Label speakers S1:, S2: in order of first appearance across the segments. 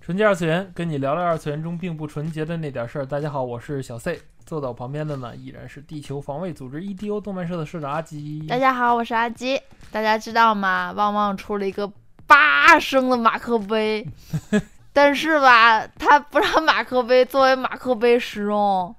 S1: 纯洁二次元，跟你聊聊二次元中并不纯洁的那点事儿。大家好，我是小 C，坐在我旁边的呢依然是地球防卫组织 EDO 动漫社的社长阿吉。
S2: 大家好，我是阿吉。大家知道吗？旺旺出了一个八升的马克 杯，但是吧，他不让马克杯作为马克杯使用，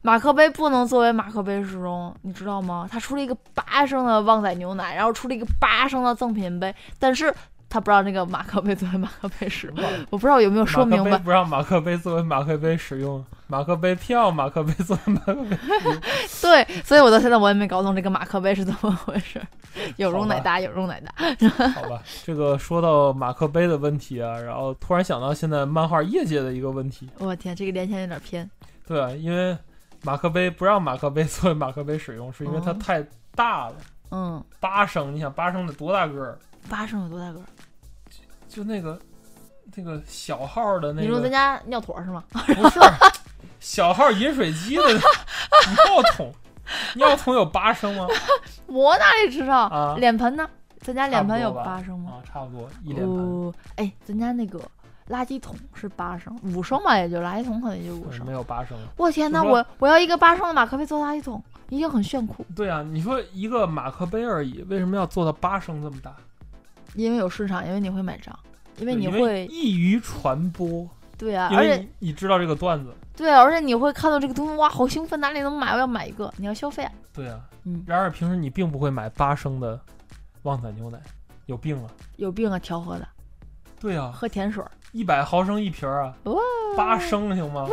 S2: 马克杯不能作为马克杯使用，你知道吗？他出了一个八升的旺仔牛奶，然后出了一个八升的赠品杯，但是他不让这个马克杯作为马克杯使用。我不知道有没有说明
S1: 马克
S2: 白
S1: 杯。不让马克杯作为马克杯使用，马克杯票，马克杯作为马克杯。
S2: 对，所以我到现在我也没搞懂这个马克杯是怎么回事儿，有容乃
S1: 好吧
S2: 大，有容乃大。
S1: 好 吧，这个说到马克杯的问题啊，然后突然想到现在漫画业界的一个问题，
S2: 我天，这个连线有点偏。
S1: 对啊，因为马克杯不让马克杯作为马克杯使用，是因为它
S2: 哦
S1: 太大了，
S2: 嗯，
S1: 八升，你想八升得多大个儿？
S2: 八升有多大个儿？
S1: 就那个。那个小号的那个，
S2: 你说咱家尿坨儿是吗？
S1: 不是 小号饮水机的尿桶，尿桶有八升吗？
S2: 我哪里知道？
S1: 啊
S2: 脸盆呢？咱家脸盆有
S1: 差不多吧
S2: 八升吗？
S1: 啊，差不多一
S2: 一
S1: 脸盆，
S2: 哦。哎，咱家那个垃圾桶是八升，五升吧，也就垃圾桶可能也就五
S1: 对
S2: 升
S1: 没。有八升。
S2: 我天呐，
S1: 就说
S2: 我我要一个八升的马克杯做垃圾桶，一定很炫酷，
S1: 对啊，你说一个马克杯而已，为什么要做到八升这么大？
S2: 因为有市场，因为你会买账，因为
S1: 对
S2: 你
S1: 因
S2: 会
S1: 易于传播，
S2: 对啊，
S1: 因
S2: 而
S1: 为
S2: 且
S1: 你你知道这个段子，
S2: 对啊，而且你会看到这个东西，哇，好兴奋，哪里能买？我要买一个，你要消费啊。
S1: 对啊。
S2: 嗯
S1: 然而平时你并不会买八升的旺仔牛奶，有病啊！
S2: 有病啊，调和的，
S1: 对啊，
S2: 喝甜水儿。
S1: 一百毫升一瓶儿啊，
S2: 哇
S1: 八升行吗？
S2: 嗯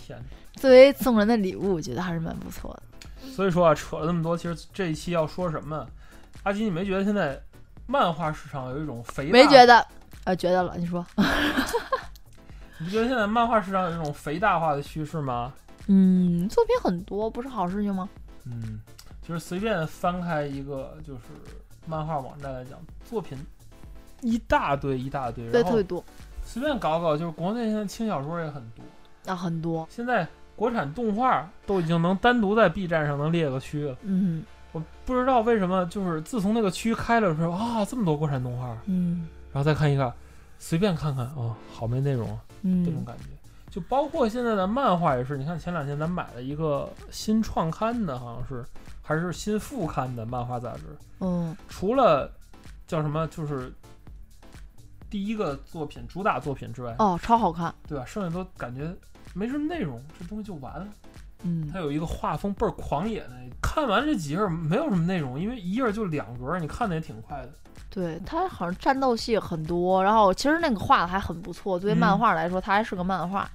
S1: 天哪！
S2: 作为送人的礼物，我觉得还是蛮不错的。
S1: 所以说啊，扯了那么多，其实这一期要说什么？阿基，你没觉得现在漫画市场有一种肥大？
S2: 没觉？得，呃，觉得了。你说，
S1: 你觉得现在漫画市场有一种肥大化的趋势吗？
S2: 嗯，作品很多，不是好事情吗？
S1: 嗯，就是随便翻开一个就是漫画网站来讲，作品一大堆一大堆，
S2: 对，
S1: 然
S2: 特
S1: 后
S2: 别多
S1: 随便搞搞，就是国内现在轻小说也很多，
S2: 啊，很多。
S1: 现在国产动画都已经能单独在 B 站上能列个区了。
S2: 嗯
S1: 我不知道为什么，就是自从那个区开了之后啊，这么多国产动画。
S2: 嗯
S1: 然后再看一看，随便看看啊、哦好没内容啊，这种
S2: 嗯
S1: 感觉。就包括现在的漫画也是，你看前两天咱买了一个新创刊的，好像是还是新复刊的漫画杂志，
S2: 嗯
S1: 除了叫什么就是第一个作品主打作品之外，
S2: 哦，超好看。
S1: 对吧？剩下都感觉没什么内容，这东西就完了。
S2: 嗯
S1: 它有一个画风倍儿狂野的，看完这几页儿没有什么内容，因为一页儿就两格儿，你看的也挺快的。
S2: 对，它好像战斗戏很多，然后其实那个画的还很不错。作为
S1: 嗯
S2: 漫画来说，它还是个漫画，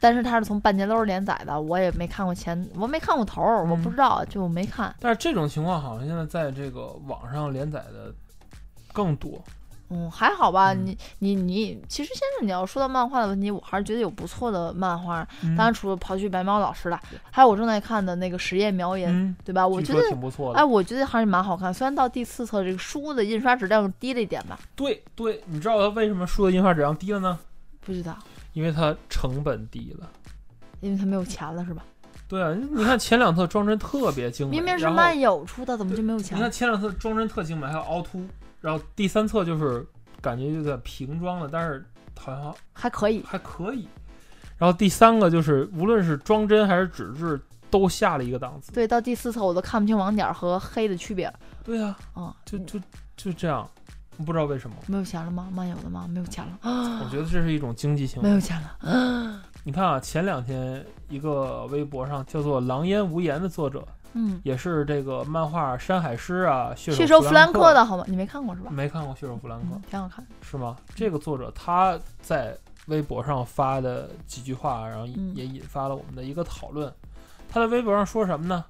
S2: 但是它是从半截楼连载的，我也没看过前，我没看过头儿，我
S1: 嗯
S2: 不知道，就没看。
S1: 但是这种情况好像现在在这个网上连载的更多。
S2: 嗯，还好吧。
S1: 嗯
S2: 你你你，其实先是你要说到漫画的问题，我还是觉得有不错的漫画。
S1: 嗯
S2: 当然，除了刨去白猫老师了，还有我正在看的那个实验苗人，
S1: 嗯，
S2: 对吧？我
S1: 据
S2: 觉
S1: 说
S2: 得，
S1: 挺不错的。
S2: 哎，我觉得还是蛮好看。虽然到第四册这个书的印刷质量低了一点吧，
S1: 对对，你知道它为什么书的印刷质量低了呢？
S2: 不知道，
S1: 因为它成本低了。
S2: 因为他没有钱了，是吧？
S1: 对啊，你看前两册装帧特别精美，
S2: 明明是
S1: 然后
S2: 漫友出的，怎么就没有钱
S1: 你看？前两册装帧特精美，还有凹凸，然后第三册就是感觉有点平装了，但是好像
S2: 还可以，
S1: 还可以。然后第三个就是无论是装帧还是纸质都下了一个档次。
S2: 对，到第四册我都看不清网点儿和黑的区别了。
S1: 对啊，
S2: 嗯，
S1: 就就就这样，不知道为什么。
S2: 没有钱了吗？漫友的吗？没有钱了，啊
S1: 我觉得这是一种经济行为
S2: 没。有钱了。啊
S1: 你看啊，前两天一个微博上叫做“狼烟无言”的作者，
S2: 嗯，
S1: 也是这个漫画《山海诗》啊，《血
S2: 血
S1: 手
S2: 手
S1: 弗
S2: 弗
S1: 兰
S2: 兰
S1: 克》
S2: 克的好吗？你没看过是吧？
S1: 没看过《血手弗兰克
S2: 嗯，挺好看的。》
S1: 是吗？这个作者他在微博上发的几句话，然后也
S2: 嗯
S1: 也引发了我们的一个讨论。他在微博上说什么呢？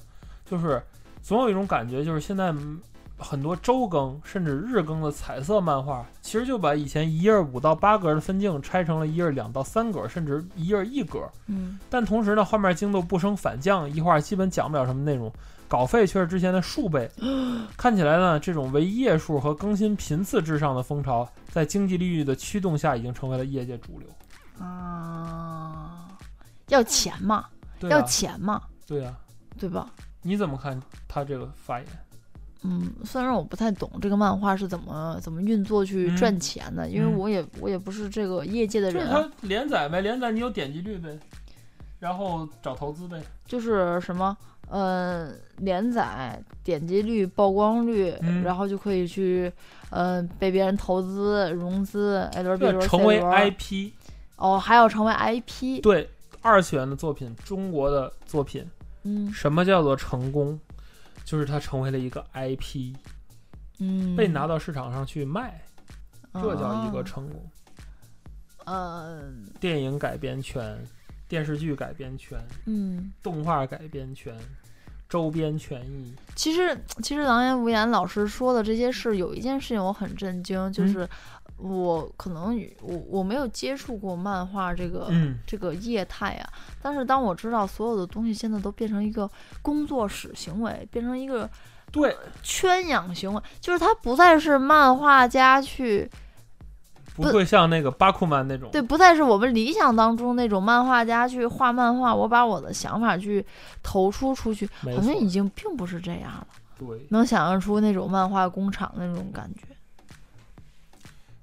S1: 就是总有一种感觉，就是现在嗯很多周更甚至日更的彩色漫画，其实就把以前一页五到八格的分镜拆成了一页两到三格，甚至一页一格。
S2: 嗯
S1: 但同时呢，画面精度不升反降，一画基本讲不了什么内容，稿费却是之前的数倍。看起来呢，这种为页数和更新频次至上的风潮，在经济利益的驱动下，已经成为了业界主流。嗯
S2: 啊，要钱嘛，
S1: 对
S2: 要
S1: 啊，
S2: 钱嘛，
S1: 对啊，
S2: 对吧？
S1: 你怎么看他这个发言？
S2: 嗯，虽然我不太懂这个漫画是怎么怎么运作去
S1: 嗯
S2: 赚钱的，因为
S1: 嗯
S2: 我也我也不是这个业界的
S1: 就是
S2: 人，啊
S1: 他连载呗，连载你有点击率呗，然后找投资呗。
S2: 就是什么，呃，连载、点击率、曝光率，
S1: 嗯
S2: 然后就可以去，呃，被别人投资、融资，A 哎轮 B
S1: 要
S2: 轮 C
S1: 成为
S2: 轮。
S1: IP，
S2: 哦，还要成为 IP。
S1: 对二次元的作品，中国的作品，
S2: 嗯
S1: 什么叫做成功？就是它成为了一个 IP，
S2: 嗯，
S1: 被拿到市场上去卖，这叫一个
S2: 哦
S1: 成功。
S2: 呃
S1: 电影改编权、电视剧改编权、
S2: 嗯。
S1: 动画改编权、周边权益，
S2: 其实，其实狼言无言老师说的这些事，有一件事情我很震惊，
S1: 嗯
S2: 就是我可能与我我没有接触过漫画这个、
S1: 嗯，
S2: 这个业态啊。但是当我知道所有的东西现在都变成一个工作室行为，变成一个
S1: 对，
S2: 圈养行为，就是它不再是漫画家去，
S1: 不
S2: 不
S1: 会像那个巴库曼那种，
S2: 对，不再是我们理想当中那种漫画家去画漫画，我把我的想法去投出出去，
S1: 没
S2: 好像已
S1: 错，
S2: 经并不是这样了。
S1: 对，
S2: 能想象出那种漫画工厂那种感觉，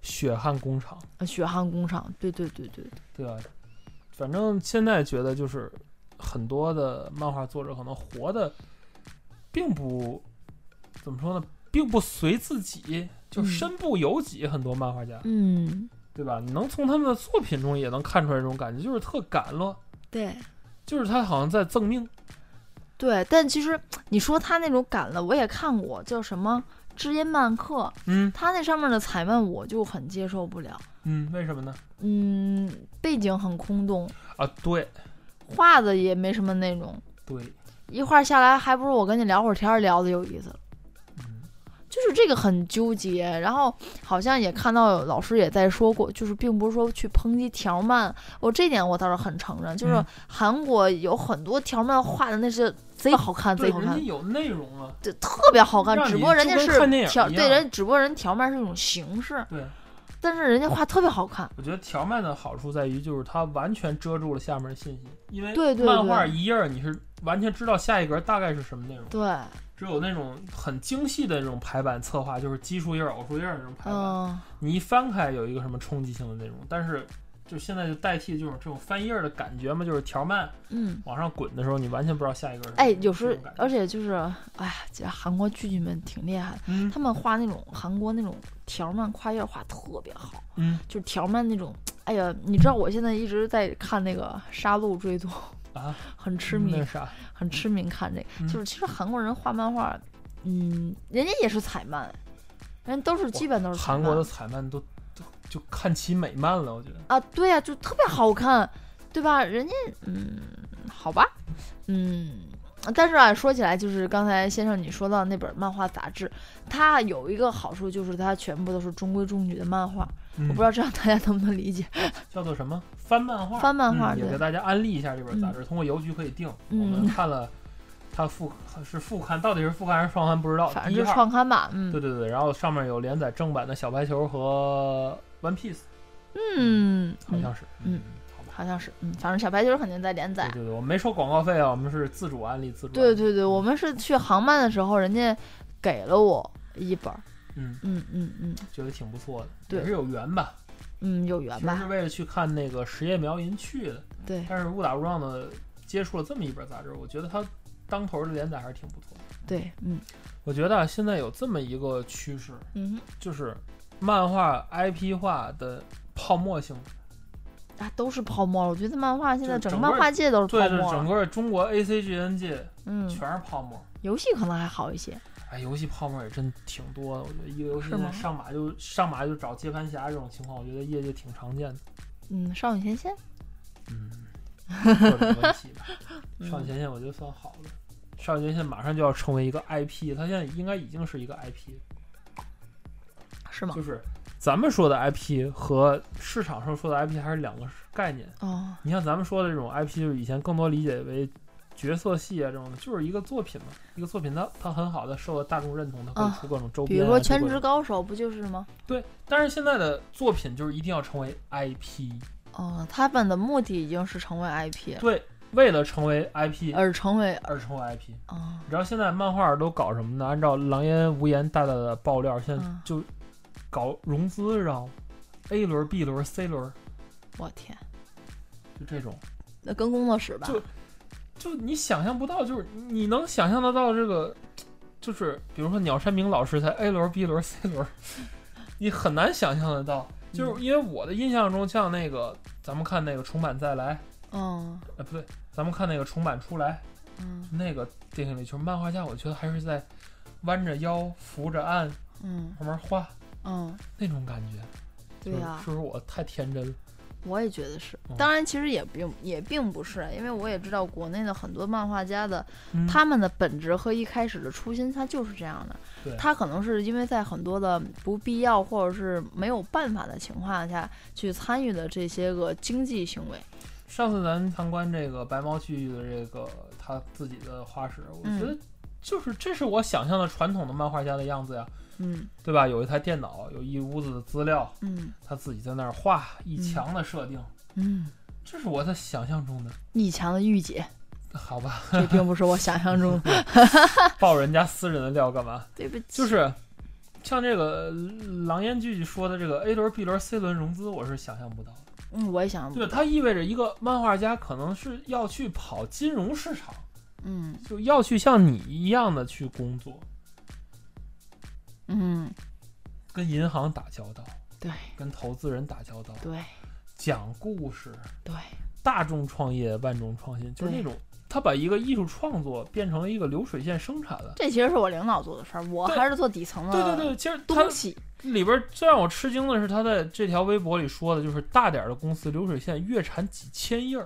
S1: 血汗工厂，
S2: 呃血汗工厂，对对对对，
S1: 对吧？反正现在觉得就是很多的漫画作者可能活的并不怎么说呢，并不随自己，就
S2: 嗯
S1: 身不由己。很多漫画家，
S2: 嗯，
S1: 对吧？你能从他们的作品中也能看出来这种感觉，就是特赶了，
S2: 对
S1: 就是他好像在赠命。
S2: 对。但其实你说他那种赶了，我也看过，叫什么《知音漫客》，
S1: 嗯
S2: 他那上面的彩漫我就很接受不了，
S1: 嗯，为什么呢？
S2: 嗯，背景很空洞，
S1: 啊，对嗯
S2: 画的也没什么内容，
S1: 对，
S2: 一块儿下来，还不如我跟你聊会儿天儿聊的有意思。
S1: 嗯，
S2: 就是这个很纠结，然后好像也看到有老师也在说过，就是并不是说去抨击条漫，我这点我倒是很承认，就是
S1: 嗯
S2: 韩国有很多条漫画的那是贼好看，
S1: 对，
S2: 贼好
S1: 人家
S2: 看，
S1: 有内容啊，
S2: 对，特别好看
S1: 让，你
S2: 只不过人家
S1: 就跟看电
S2: 是
S1: 影
S2: 条
S1: 一
S2: 对
S1: 样
S2: 人，只不过人条漫是一种形式，
S1: 对。
S2: 但是人家画特别好看，
S1: 我觉得条漫的好处在于，就是它完全遮住了下面的信息，因为
S2: 对对
S1: 漫画
S2: 对
S1: 一页儿你是完全知道下一格大概是什么内容，
S2: 对，嗯
S1: 只有那种很精细的那种排版策划，就是奇数页儿、偶数页儿那种排版，
S2: 嗯，
S1: 你一翻开有一个什么冲击性的内容，但是就现在就代替这种这种翻页儿的感觉嘛，就是条漫
S2: 嗯。
S1: 往上滚的时候，你完全不知道下一格是什么。
S2: 哎，有时
S1: 这种感觉
S2: 而且就是，哎呀，这韩国剧剧们挺厉害的，
S1: 嗯
S2: 他们画那种韩国那种条漫跨页画特别好，
S1: 嗯
S2: 就是条漫那种，哎呀，你知道我现在一直在看那个《杀戮追踪》
S1: 啊，
S2: 很痴迷
S1: 那，啥，
S2: 很痴迷看这
S1: 嗯
S2: 个，就是其实韩国人画漫画，嗯，人家也是彩漫，人家都是基本都是彩
S1: 韩国
S2: 漫
S1: 的彩漫都都就看起美漫了，我觉得。
S2: 啊，对呀、就特别好看，对吧？人家嗯，好吧，嗯。但是啊，说起来，就是刚才先生你说到那本漫画杂志，它有一个好处就是它全部都是中规中矩的漫画，
S1: 嗯
S2: 我不知道这样大家能不能理解。
S1: 叫做什么翻漫画，
S2: 翻漫画
S1: 嗯、也
S2: 对
S1: 给大家安利一下这本杂志，通过邮局可以订。
S2: 嗯
S1: 我们看了它复是复刊，到底是复刊还是双刊不知道。
S2: 反
S1: 第一
S2: 正就是
S1: 号，
S2: 创刊吧，
S1: 对
S2: 嗯
S1: 对对，然后上面有连载正版的小白球和 One Piece，
S2: 嗯，
S1: 好
S2: 嗯
S1: 像是，
S2: 嗯，
S1: 好吧。
S2: 好像是，嗯，反正小白球肯定在连载
S1: 对，对对，我们没收广告费啊，我们是自主安利，自主。
S2: 对，对对，我们是去航漫的时候，人家给了我一本儿，
S1: 嗯，
S2: 嗯嗯嗯
S1: 觉得挺不错的，
S2: 对
S1: 也是有缘吧。
S2: 嗯，有缘
S1: 其实是
S2: 吧？
S1: 为了去看那个实业苗银去的，
S2: 对
S1: 但是误打误撞的接触了这么一本杂志，我觉得它当头的连载还是挺不错的。
S2: 对，嗯
S1: 我觉得啊，现在有这么一个趋势，
S2: 嗯
S1: 就是漫画 IP 化的泡沫性，
S2: 嗯哼啊，都是泡沫了。我觉得漫画现在
S1: 就整
S2: 整个
S1: 个
S2: 漫画界都是
S1: 对，
S2: 泡
S1: 就是
S2: 沫
S1: 整
S2: 了。
S1: 个中国 ACGN 界
S2: 嗯，
S1: 全是泡沫。
S2: 游戏可能还好一些。
S1: 哎，游戏泡沫也真挺多的。我觉得一个游戏
S2: 是吗
S1: 上马就上马就找接盘侠这种情况，我觉得业界挺常见的。
S2: 嗯，少女前线，
S1: 嗯，各种问题吧。
S2: 嗯
S1: 上前线我觉得算好的，少年现在马上就要成为一个 IP，它现在应该已经是一个 IP，
S2: 是吗
S1: 就？是咱们说的 IP 和市场上说的 IP 还是两个概念。
S2: 哦，
S1: 你像咱们说的这种 IP，就是以前更多理解为角色戏啊这种的，就是一个作品嘛，一个作品它它很好的受到大众认同，它可
S2: 啊
S1: 以出各种周
S2: 比
S1: 边、啊
S2: 如说《
S1: 出各
S2: 全职
S1: 种
S2: 高手》不就是吗？
S1: 对，但是现在的作品就是一定要成为 IP，
S2: 哦，他们的目的已经是成为 IP，
S1: 对，为了成为 IP
S2: 而成为
S1: 而成为 IP。
S2: 哦，
S1: 你知道现在漫画都搞什么呢？按照狼烟无言大大的爆料，现在
S2: 嗯
S1: 就搞融资，然后 A 轮、B 轮、C 轮，
S2: 我天，
S1: 就这种。
S2: 那跟工作室吧
S1: 就，就你想象不到，就是你能想象得到这个，就是比如说鸟山明老师才 A 轮、B 轮、C 轮， 你很难想象得到。就是因为我的印象中，像那个咱们看那个重版再来，
S2: 嗯
S1: 哎不对，咱们看那个重版出来
S2: 嗯
S1: 那个电影里，就是漫画家，我觉得还是在弯着腰扶着岸
S2: 嗯
S1: 慢慢画
S2: 嗯，
S1: 那种感觉。
S2: 对
S1: 就是
S2: 呀、
S1: 是不是我太天真了？
S2: 我也觉得是
S1: 嗯。
S2: 当然，其实也并也并不是，啊因为我也知道国内的很多漫画家的
S1: 嗯
S2: 他们的本质和一开始的初心，他就是这样
S1: 对
S2: 的。他可能是因为在很多的不必要或者是没有办法的情况下去参与的这些个经济行为。
S1: 上次咱参观这个白毛区域的这个他自己的画室，我觉
S2: 嗯
S1: 得就是这是我想象的传统的漫画家的样子呀，
S2: 嗯
S1: 对吧？有一台电脑，有一屋子的资料，
S2: 嗯
S1: 他自己在那儿画一墙的设定，
S2: 嗯，
S1: 这是我在想象中 的。
S2: 逆强的御姐，
S1: 好吧，
S2: 这并不是我想象 中的。
S1: 爆人家私人的料干 嘛？
S2: 对不起，
S1: 就是像这个狼烟剧说的这个 A 轮、B 轮、C 轮融资，我是想象不到的。
S2: 嗯，我也想不
S1: 对，它意味着一个漫画家可能是要去跑金融市场。
S2: 嗯
S1: 就要去像你一样的去工作，
S2: 嗯，
S1: 跟银行打交道，
S2: 对
S1: 跟投资人打交道，
S2: 对
S1: 讲故事，
S2: 对，
S1: 大众创业，万众创新，就是
S2: 对
S1: 那种他把一个艺术创作变成了一个流水线生产了。
S2: 这其实是我领导做的事儿，我
S1: 对
S2: 还是做底层的
S1: 对对对，其实他
S2: 东西。
S1: 里边最让我吃惊的是，他在这条微博里说的，就是大点儿的公司流水线月产几千页儿，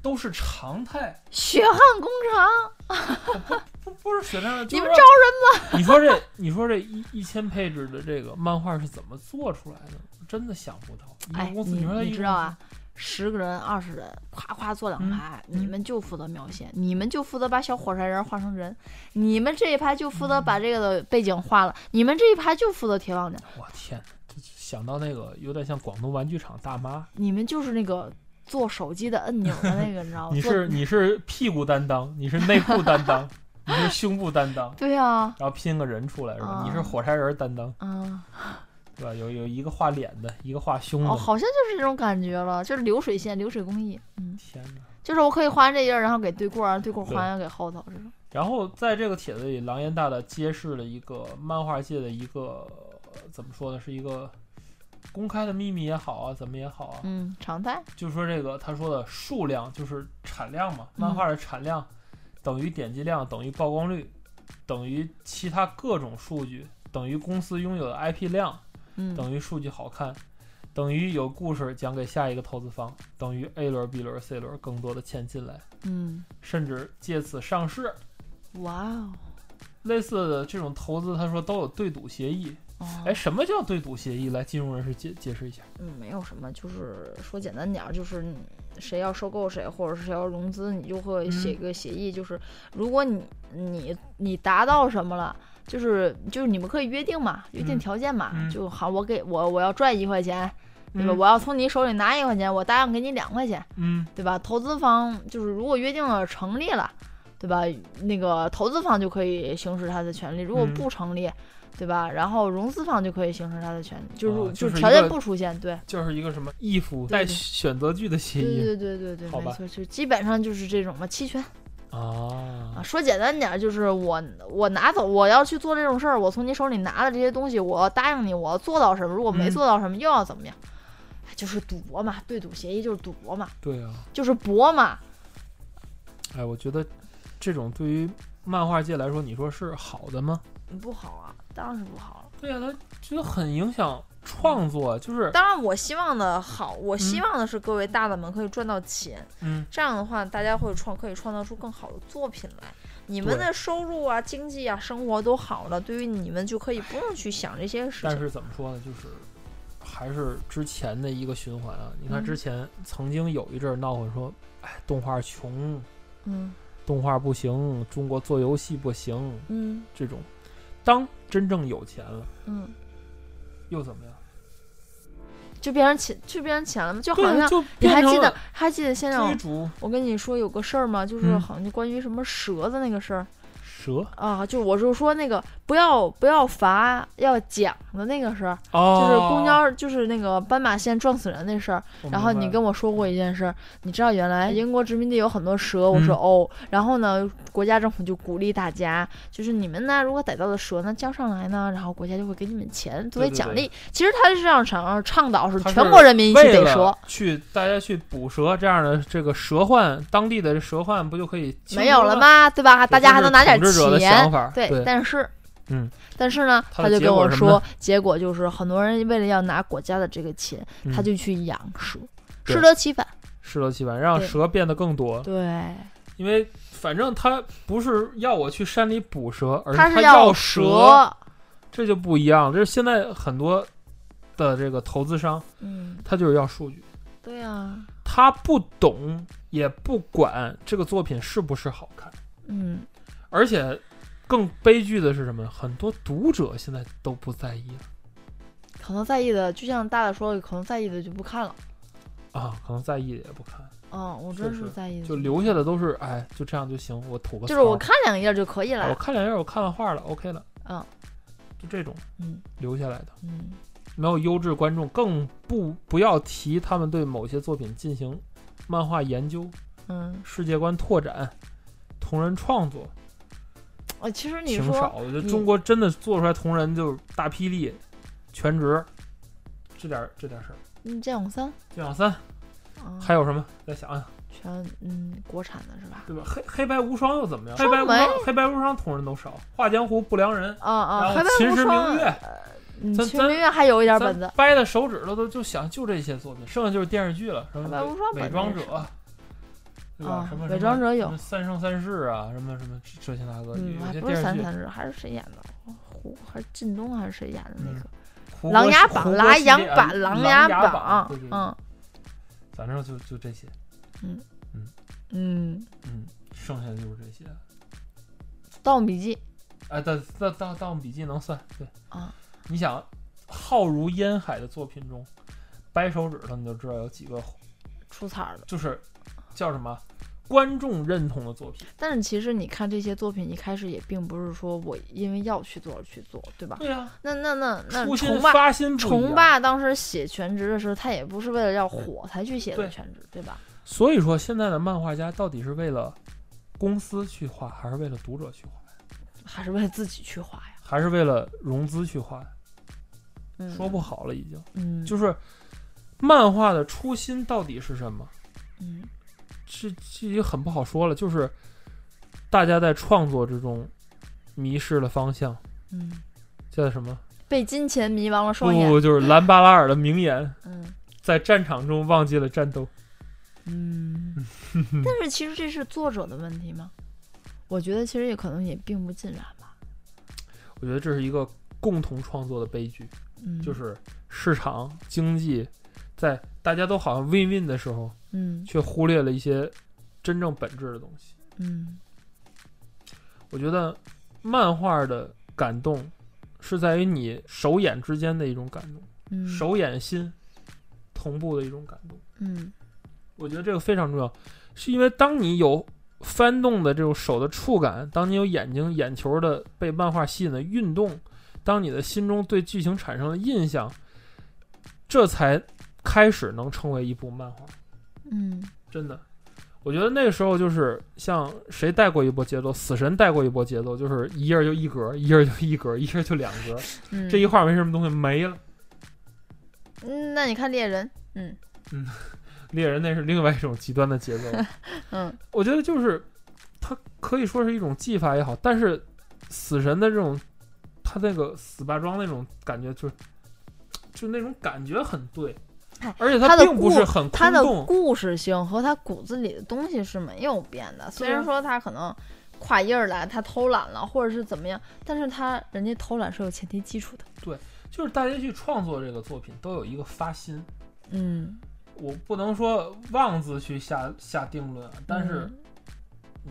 S1: 都是常态。
S2: 血汗工厂，
S1: 不不是雪亮的，就
S2: 你
S1: 是
S2: 们
S1: 让
S2: 招
S1: 你说这，你说这一一千配置的这个漫画是怎么做出来的？我真的想不到。一个
S2: 哎，
S1: 公司，
S2: 你
S1: 说他一
S2: 你
S1: 个
S2: 知道啊？十个人、二十人，夸夸坐两
S1: 嗯
S2: 排，
S1: 嗯
S2: 你们就负责描写，你们就负责把小火柴人画成人，你们这一排就负责把这个的背景画了，你们这一排就负责贴旺角，
S1: 公司？我天，这想到那个有点像广东玩具厂大妈。
S2: 你们就是那个做手机的按钮的那个，你知道 吗？
S1: 你
S2: 做
S1: 是你是屁股担当，你是内裤担当， 你是胸部担当，
S2: 对啊，
S1: 然后拼个人出来是吧？
S2: 啊
S1: 你是火柴人担当
S2: 嗯，
S1: 对吧？有有一个画脸的，一个画胸的。
S2: 哦，好像就是这种感觉了，就是流水线、流水工艺，嗯，
S1: 天哪！
S2: 就是我可以画完这页儿，然后给对过儿，然啊后对过儿画完给后头，这种，
S1: 然后在这个帖子里，狼烟大大揭示了一个漫画界的一个呃怎么说呢，是一个公开的秘密也好啊，怎么也好啊，
S2: 嗯，常态，
S1: 就是说这个他说的数量就是产量嘛，
S2: 嗯
S1: 漫画的产量等于点击量等于曝光率等于其他各种数据等于公司拥有的 IP 量
S2: 嗯，
S1: 等于数据好看。等于有故事讲给下一个投资方，等于 A 轮、B 轮、C 轮更多的钱进来，
S2: 嗯，
S1: 甚至借此上市，
S2: 哇哦，
S1: 类似的这种投资，他说都有对赌协议。
S2: 哦
S1: 哎，，什么叫对赌协议？来，金融人士解解释一下。
S2: 嗯，没有什么，就是说简单点儿，就是你谁要收购谁，或者是谁要融资，你就会写
S1: 嗯
S2: 个协议，就是如果你你你达到什么了。就是就是你们可以约定嘛，约定
S1: 嗯
S2: 条件嘛，
S1: 嗯
S2: 就好，我给我我要赚一块钱，对吧？
S1: 嗯
S2: 我要从你手里拿一块钱，我答应给你两块钱，
S1: 嗯
S2: 对吧？投资方就是如果约定了成立了，对吧？那个投资方就可以行使他的权利，如果
S1: 嗯
S2: 不成立，对吧？然后融资方就可以行使他的权利，就是、
S1: 哦就
S2: 就是
S1: 一
S2: 条
S1: 个
S2: 件不出现，对，
S1: 就是一个什么 if
S2: 对
S1: 带
S2: 对
S1: 选择句的协
S2: 对
S1: 议
S2: 对对对对，
S1: 好
S2: 没
S1: 吧
S2: 错，就基本上就是这种嘛，期权啊。
S1: 啊。
S2: 说简单点儿，就是我我拿走，我要去做这种事儿，我从你手里拿了这些东西，我答应你，我做到什么，如果没
S1: 嗯
S2: 做到什么，又要怎么样？哎就是赌博嘛，对赌协议就是赌博嘛，
S1: 对啊，
S2: 就是博嘛，
S1: 哎，我觉得这种对于漫画界来说，你说是好的吗？
S2: 不好啊，当然是不好了。
S1: 对呀、啊，他觉得很影响创作就是，
S2: 当然，我希望的好，我希望的是各位大佬们可以赚到钱，
S1: 嗯，
S2: 这样的话，大家会创可以创造出更好的作品来。你们
S1: 对
S2: 的收入啊、经济啊、生活都好了，对于你们就可以不用去想这些事
S1: 但
S2: 情。
S1: 是怎么说呢，就是还是之前的一个循环啊。你看
S2: 嗯
S1: 之前曾经有一阵儿闹混说，哎，动画穷，
S2: 嗯
S1: 动画不行，中国做游戏不行
S2: 嗯
S1: 这种。当真正有钱了，
S2: 嗯，
S1: 又怎么样？
S2: 就变成钱，就变成钱了吗？就好
S1: 对，
S2: 像
S1: 就
S2: 你
S1: 变
S2: 还
S1: 成
S2: 记得
S1: 了
S2: 还记得现在我
S1: 追逐
S2: 我跟你说有个事儿吗？就是
S1: 嗯
S2: 好像就关于什么蛇的那个事儿、
S1: 蛇
S2: 啊，就是我就说那个不要不要罚要奖的那个事儿，
S1: 哦
S2: 就是公交就是那个斑马线撞死人那事儿。然后你跟我说过一件事，你知道原来英国殖民地有很多蛇，我说
S1: 嗯
S2: 哦，然后呢，国家政府就鼓励大家，就是你们呢，如果逮到了蛇呢，交上来呢，然后国家就会给你们钱作为
S1: 对对
S2: 奖
S1: 对
S2: 励。其实他是让倡倡导是
S1: 他
S2: 全
S1: 是
S2: 国人民一起
S1: 为
S2: 逮
S1: 了
S2: 蛇，
S1: 去大家去捕蛇，这样的这个蛇患，当地的蛇患不就可以清
S2: 没有
S1: 除
S2: 了？吗？对吧？大家还能拿点
S1: 这啊就是统治者的
S2: 钱
S1: 想，法
S2: 对，
S1: 对
S2: 但是，
S1: 嗯，
S2: 但是呢，
S1: 它
S2: 他
S1: 的
S2: 就
S1: 结
S2: 跟
S1: 果
S2: 我
S1: 是什么
S2: 说，结果就是很多人为了要拿国家的这个钱，
S1: 嗯
S2: 他就去养蛇，
S1: 对
S2: 适得其反。
S1: 适得其反，让
S2: 对
S1: 蛇变得更多。
S2: 对，
S1: 因为反正他不是要我去山里捕蛇，而
S2: 他
S1: 他
S2: 是
S1: 要蛇，
S2: 蛇，
S1: 这就不一样。这是现在很多的这个投资商，
S2: 嗯，
S1: 他就是要数据，
S2: 对啊，
S1: 他不懂也不管这个作品是不是好看，
S2: 嗯，
S1: 而且。更悲剧的是什么？很多读者现在都不在意了
S2: 可能在意的，就像大大说，可能在意的就不看了。
S1: 啊，可能在意也不看，
S2: 嗯，我真
S1: 确实
S2: 是在意的，
S1: 就留下的都是哎，就这样就行，我吐个
S2: 就是我
S1: 槽
S2: 看两页就可以
S1: 哎我
S2: 了。
S1: 看两页，我看完画了，OK 了，
S2: 嗯，
S1: 就这种
S2: 嗯
S1: 留下来的。
S2: 嗯，
S1: 没有优质观众，更不不要提他们对某些作品进行漫画研究、
S2: 嗯，
S1: 世界观拓展、同人创作，
S2: 哦，其实你
S1: 挺
S2: 说
S1: 少。我觉得
S2: 你
S1: 中国真的做出来同人就是大霹雳、全职，这点儿这点儿事儿。
S2: 嗯，剑网三，
S1: 剑网三
S2: 啊，
S1: 还有什么？再想想，
S2: 全嗯国产的是吧？
S1: 对吧？黑黑白无双又怎么样？黑白无
S2: 双维
S1: 双黑白无双同人都少，画江湖不良人，
S2: 啊啊，
S1: 然
S2: 还
S1: 后秦
S2: 白无
S1: 时明
S2: 双，
S1: 月，
S2: 嗯，
S1: 咱
S2: 秦
S1: 咱
S2: 明月还有一点
S1: 咱
S2: 本子，
S1: 掰的手指头都就想就这些作品，剩下就是电视剧了，什么
S2: 白无双
S1: 伪
S2: 本
S1: 伪
S2: 子
S1: 装
S2: 也
S1: 者
S2: 是，
S1: 对吧？
S2: 啊
S1: 什么
S2: 伪装者有
S1: 什么三生三世啊，什么什么这这些那个，
S2: 嗯，
S1: 有
S2: 还
S1: 些
S2: 不是
S1: 电视
S2: 三
S1: 剧，
S2: 三日，还是谁演的？哦胡还是靳东还是谁演的那个
S1: 嗯胡
S2: 《
S1: 歌
S2: 琅琊
S1: 系
S2: 榜》？
S1: 胡歌
S2: 琅
S1: 系列
S2: 琊
S1: 啊
S2: 榜，琅
S1: 琅
S2: 琊
S1: 榜，对对对
S2: 嗯
S1: 反正就就这些，
S2: 嗯，
S1: 嗯，剩下的就是这些。
S2: 《盗墓笔记》
S1: 哎，《盗盗盗盗墓笔记》能算对
S2: 啊？
S1: 你想，浩如烟海的作品中，掰手指头你就知道有几个，
S2: 出彩儿了。
S1: 就是叫什么观众认同的作品。
S2: 但是其实你看这些作品，一开始也并不是说我因为要去做而去做，对吧？
S1: 对呀、
S2: 那那那那
S1: 初心
S2: 崇拜
S1: 发心不一样
S2: 崇拜当时写全职的时候，他也不是为了要火才去写的
S1: 对
S2: 全职，对吧？
S1: 所以说，现在的漫画家到底是为了公司去画，还是为了读者去画，
S2: 还是为了自己去画呀。
S1: 还是为了融资去画？
S2: 嗯，
S1: 说不好了，已经
S2: 嗯，
S1: 就是漫画的初心到底是什么？
S2: 嗯
S1: 这这也很不好说了。就是大家在创作之中迷失了方向，
S2: 嗯，
S1: 叫什么？
S2: 被金钱迷茫了
S1: 不
S2: 双
S1: 不
S2: 眼。
S1: 不，就是兰巴拉尔的名言：
S2: 嗯。
S1: 在战场中忘记了战斗。
S2: 嗯，但是其实这是作者的问题吗？我觉得其实也可能也并不尽然吧。
S1: 我觉得这是一个共同创作的悲剧。
S2: 嗯，
S1: 就是市场经济在大家都好像 win win 的时候，
S2: 嗯
S1: 却忽略了一些真正本质的东西。
S2: 嗯
S1: 我觉得漫画的感动是在于你手眼之间的一种感动，
S2: 嗯，
S1: 手眼心同步的一种感动。
S2: 嗯
S1: 我觉得这个非常重要，是因为当你有翻动的这种手的触感，当你有眼睛眼球的被漫画吸引的运动，当你的心中对剧情产生了印象，这才开始能成为一部漫画。
S2: 嗯
S1: 真的，我觉得那个时候就是像谁带过一波节奏，死神带过一波节奏，就是一页就一格，一页就一格，一页就两格，
S2: 嗯，
S1: 这一画没什么东西没了。
S2: 嗯，那你看猎人，嗯
S1: 猎人那是另外一种极端的节奏，
S2: 嗯
S1: 我觉得就是它可以说是一种技法也好，但是死神的这种，它那个死霸装那种感觉就是就那种感觉很对
S2: 哎，
S1: 而且
S2: 他的
S1: 并不
S2: 故
S1: 是很
S2: 他
S1: 空
S2: 的
S1: 洞，
S2: 故事性和他骨子里的东西是没有变的。虽然说他可能跨页儿来，他偷懒了，或者是怎么样，但是他人家偷懒是有前提基础的。
S1: 就是大家去创作这个作品都有一个发心。
S2: 嗯，
S1: 我不能说妄自去下下定论啊，但是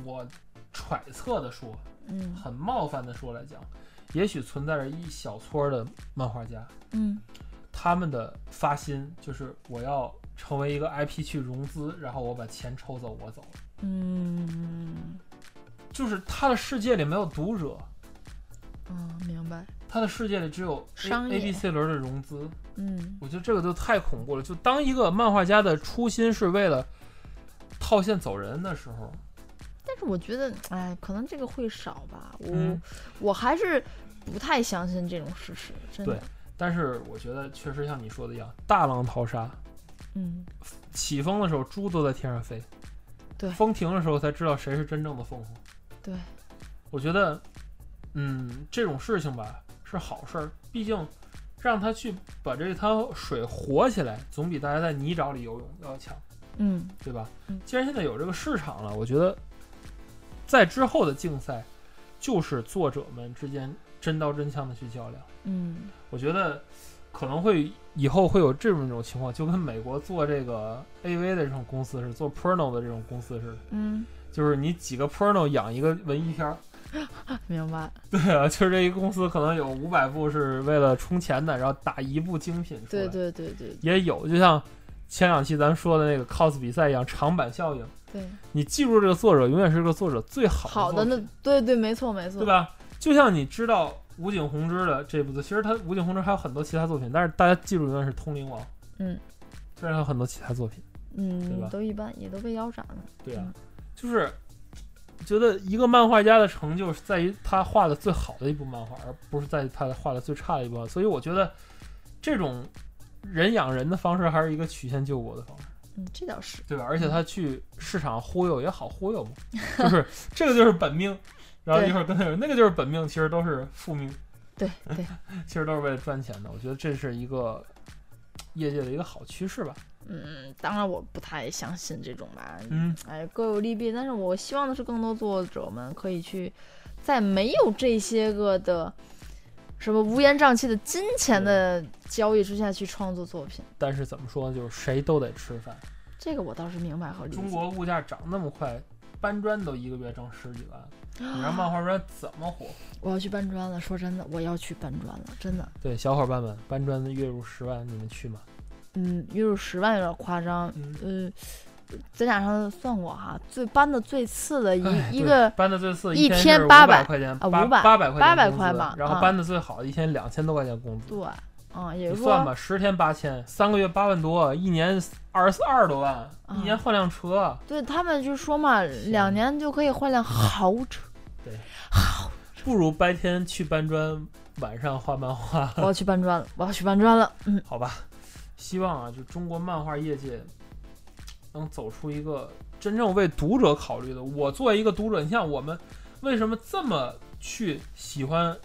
S1: 我揣测的说，
S2: 嗯，
S1: 很冒犯的说来讲，也许存在着一小撮儿的漫画家，
S2: 嗯
S1: 他们的发心就是我要成为一个 IP 去融资，然后我把钱抽走，我走了。
S2: 嗯嗯
S1: 就是他的世界里没有读者，
S2: 嗯，明白。
S1: 他的世界里只有 A
S2: 商业
S1: A B C 轮的融资。
S2: 嗯
S1: 我觉得这个就太恐怖了。就当一个漫画家的初心是为了套现走人的时候，
S2: 但是我觉得，哎，可能这个会少吧。我、
S1: 嗯
S2: 我还是不太相信这种事实，真的
S1: 对。但是我觉得确实像你说的一样，大浪淘沙。
S2: 嗯，
S1: 起风的时候，猪都在天上飞；
S2: 对
S1: 风停的时候，才知道谁是真正的凤凰。
S2: 对，
S1: 我觉得，嗯，这种事情吧是好事儿，毕竟让他去把这滩水活起来，总比大家在泥沼里游泳要强，
S2: 嗯
S1: 对吧
S2: 嗯？
S1: 既然现在有这个市场了，我觉得在之后的竞赛就是作者们之间真刀真枪的去较量。
S2: 嗯
S1: 我觉得可能会以后会有这么一种情况，就跟美国做这个 AV 的这种公司是做 porno 的这种公司似的，
S2: 嗯，
S1: 就是你几个 porno 养一个文艺片儿。
S2: 明白。
S1: 对啊，就是这一个公司可能有五百部是为了充钱的，然后打一部精品出来。
S2: 对对对对
S1: 也有，就像前两期咱们说的那个 cos 比赛一样，长板效应。
S2: 对，
S1: 你记住这个作者，永远是这个作者最好的
S2: 好的
S1: 作品
S2: 那对对，没错没错。
S1: 对吧？就像你知道武井宏之的这部作，其实他武井宏之还有很多其他作品，但是大家记住永远是《通灵王》。
S2: 嗯，
S1: 虽然还有很多其他作品。对吧
S2: 嗯，都一般，也都被腰斩了。
S1: 对
S2: 啊嗯，
S1: 就是觉得一个漫画家的成就是在于他画的最好的一部漫画，而不是在于他画的最差的一部漫画。所以我觉得这种人养人的方式还是一个曲线救国的方式，
S2: 嗯，这倒是。
S1: 对吧？而且他去市场忽悠也好忽悠嘛， 就是这个就是本命。然后一会儿跟他说，那个就是本命，其实都是复命，
S2: 对对，
S1: 其实都是为了赚钱的。我觉得这是一个业界的一个好趋势吧。
S2: 嗯，当然我不太相信这种吧。
S1: 嗯，
S2: 哎，各有利弊。但是我希望的是，更多作者们可以去，在没有这些个的什么乌烟瘴气的金钱的交易之下去创作作品，
S1: 但是怎么说呢，就是谁都得吃饭。
S2: 这个我倒是明白和理
S1: 中
S2: 解。
S1: 国物价涨那么快，搬砖都一个月挣十几万，你 让漫画砖怎么火？
S2: 啊我要去搬砖了，说真的，我要去搬砖了，真的。
S1: 对，小伙伴们，搬砖的月入十万，你们去吗？
S2: 嗯，月入十万有点夸张。
S1: 嗯，
S2: 嗯，咱俩上次算过哈，最搬的最次的
S1: 哎
S2: 一一
S1: 对
S2: 个，
S1: 搬的最次
S2: 一
S1: 天
S2: 天啊
S1: 是
S2: 800
S1: 百块钱，八
S2: 500
S1: 八百块钱
S2: 800
S1: 工
S2: 块
S1: 资
S2: 吧
S1: 然后
S2: 啊
S1: 搬的最好，一天两千多块钱工资。
S2: 对，嗯，也
S1: 你
S2: 就是
S1: 算
S2: 说，
S1: 吧，十天八千，三个月八万多，一年二十二十多
S2: 啊
S1: 万，一年换辆车。
S2: 对他们就说嘛，两年就可以换辆豪车。
S1: 不如白天去搬砖，晚上画漫画，
S2: 我要去搬砖了，我要去搬砖了。嗯
S1: 好吧？希望啊，就中国漫画业界能走出一个真正为读者考虑的。我作为一个读者，你像我们为什么这么去喜欢《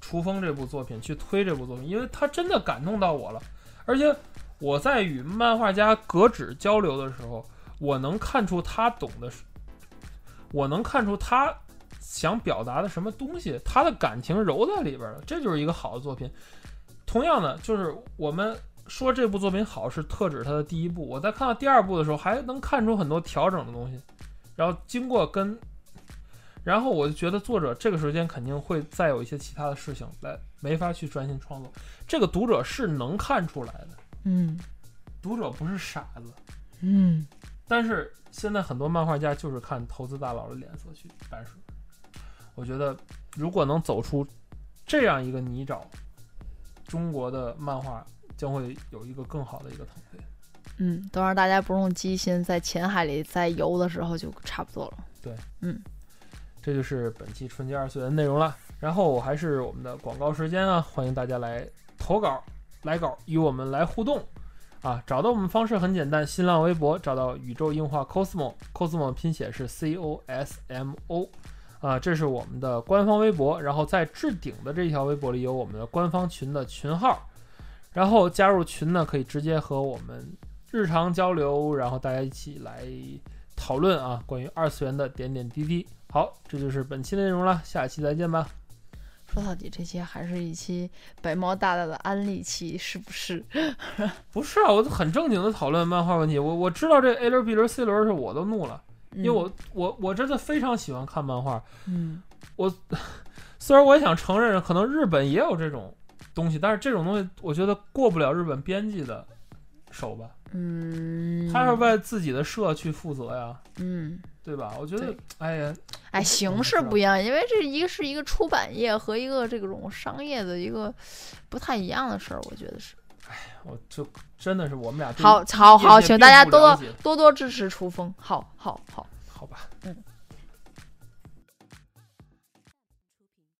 S1: 雏风》这部作品，去推这部作品，因为它真的感动到我了。而且我在与漫画家格指交流的时候，我能看出他懂的是，我能看出他想表达的什么东西，他的感情揉在里边了，这就是一个好的作品。同样的，就是我们说这部作品好是特指它的第一部，我在看到第二部的时候还能看出很多调整的东西，然后经过跟，然后我就觉得作者这个时间肯定会再有一些其他的事情来没法去专心创作，这个读者是能看出来的，
S2: 嗯
S1: 读者不是傻子，
S2: 嗯，
S1: 但是现在很多漫画家就是看投资大佬的脸色去办事，我觉得如果能走出这样一个泥沼，中国的漫画将会有一个更好的一个腾飞。
S2: 嗯，都让大家不用机心，在浅海里在游的时候就差不多了。
S1: 这就是本期春节二次元内容了。然后还是我们的广告时间啊，欢迎大家来投稿、来稿，与我们来互动啊。找到我们方式很简单，新浪微博找到宇宙硬化 cosmo，cosmo 拼写是 c o s m o。啊，这是我们的官方微博，然后在置顶的这条微博里有我们的官方群的群号，然后加入群呢，可以直接和我们日常交流，然后大家一起来讨论啊，关于二次元的点点滴滴。好，这就是本期内容了，下期再见吧。
S2: 说到底，这期还是一期白猫大大的安利期，是不是？
S1: 不是啊，我很正经的讨论漫画问题。我我知道这 A 轮、B 轮、C 轮是我都怒了，因为我我我真的非常喜欢看漫画。
S2: 嗯，
S1: 虽然我也想承认，可能日本也有这种东西，但是这种东西我觉得过不了日本编辑的手吧，
S2: 嗯，嗯
S1: 他是为自己的社去负责呀，
S2: 嗯，
S1: 对吧？我觉得
S2: 对，
S1: 哎呀，
S2: 哎，形式不一样，因为这一个是一个出版业和一个这种商业的一个不太一样的事儿，我觉得是。
S1: 我就真的是我们俩对
S2: 好，好，好，
S1: 业界
S2: 请大家
S1: 并不
S2: 多
S1: 了
S2: 多
S1: 解
S2: 多多支持楚风，好好好，
S1: 好吧，
S2: 嗯，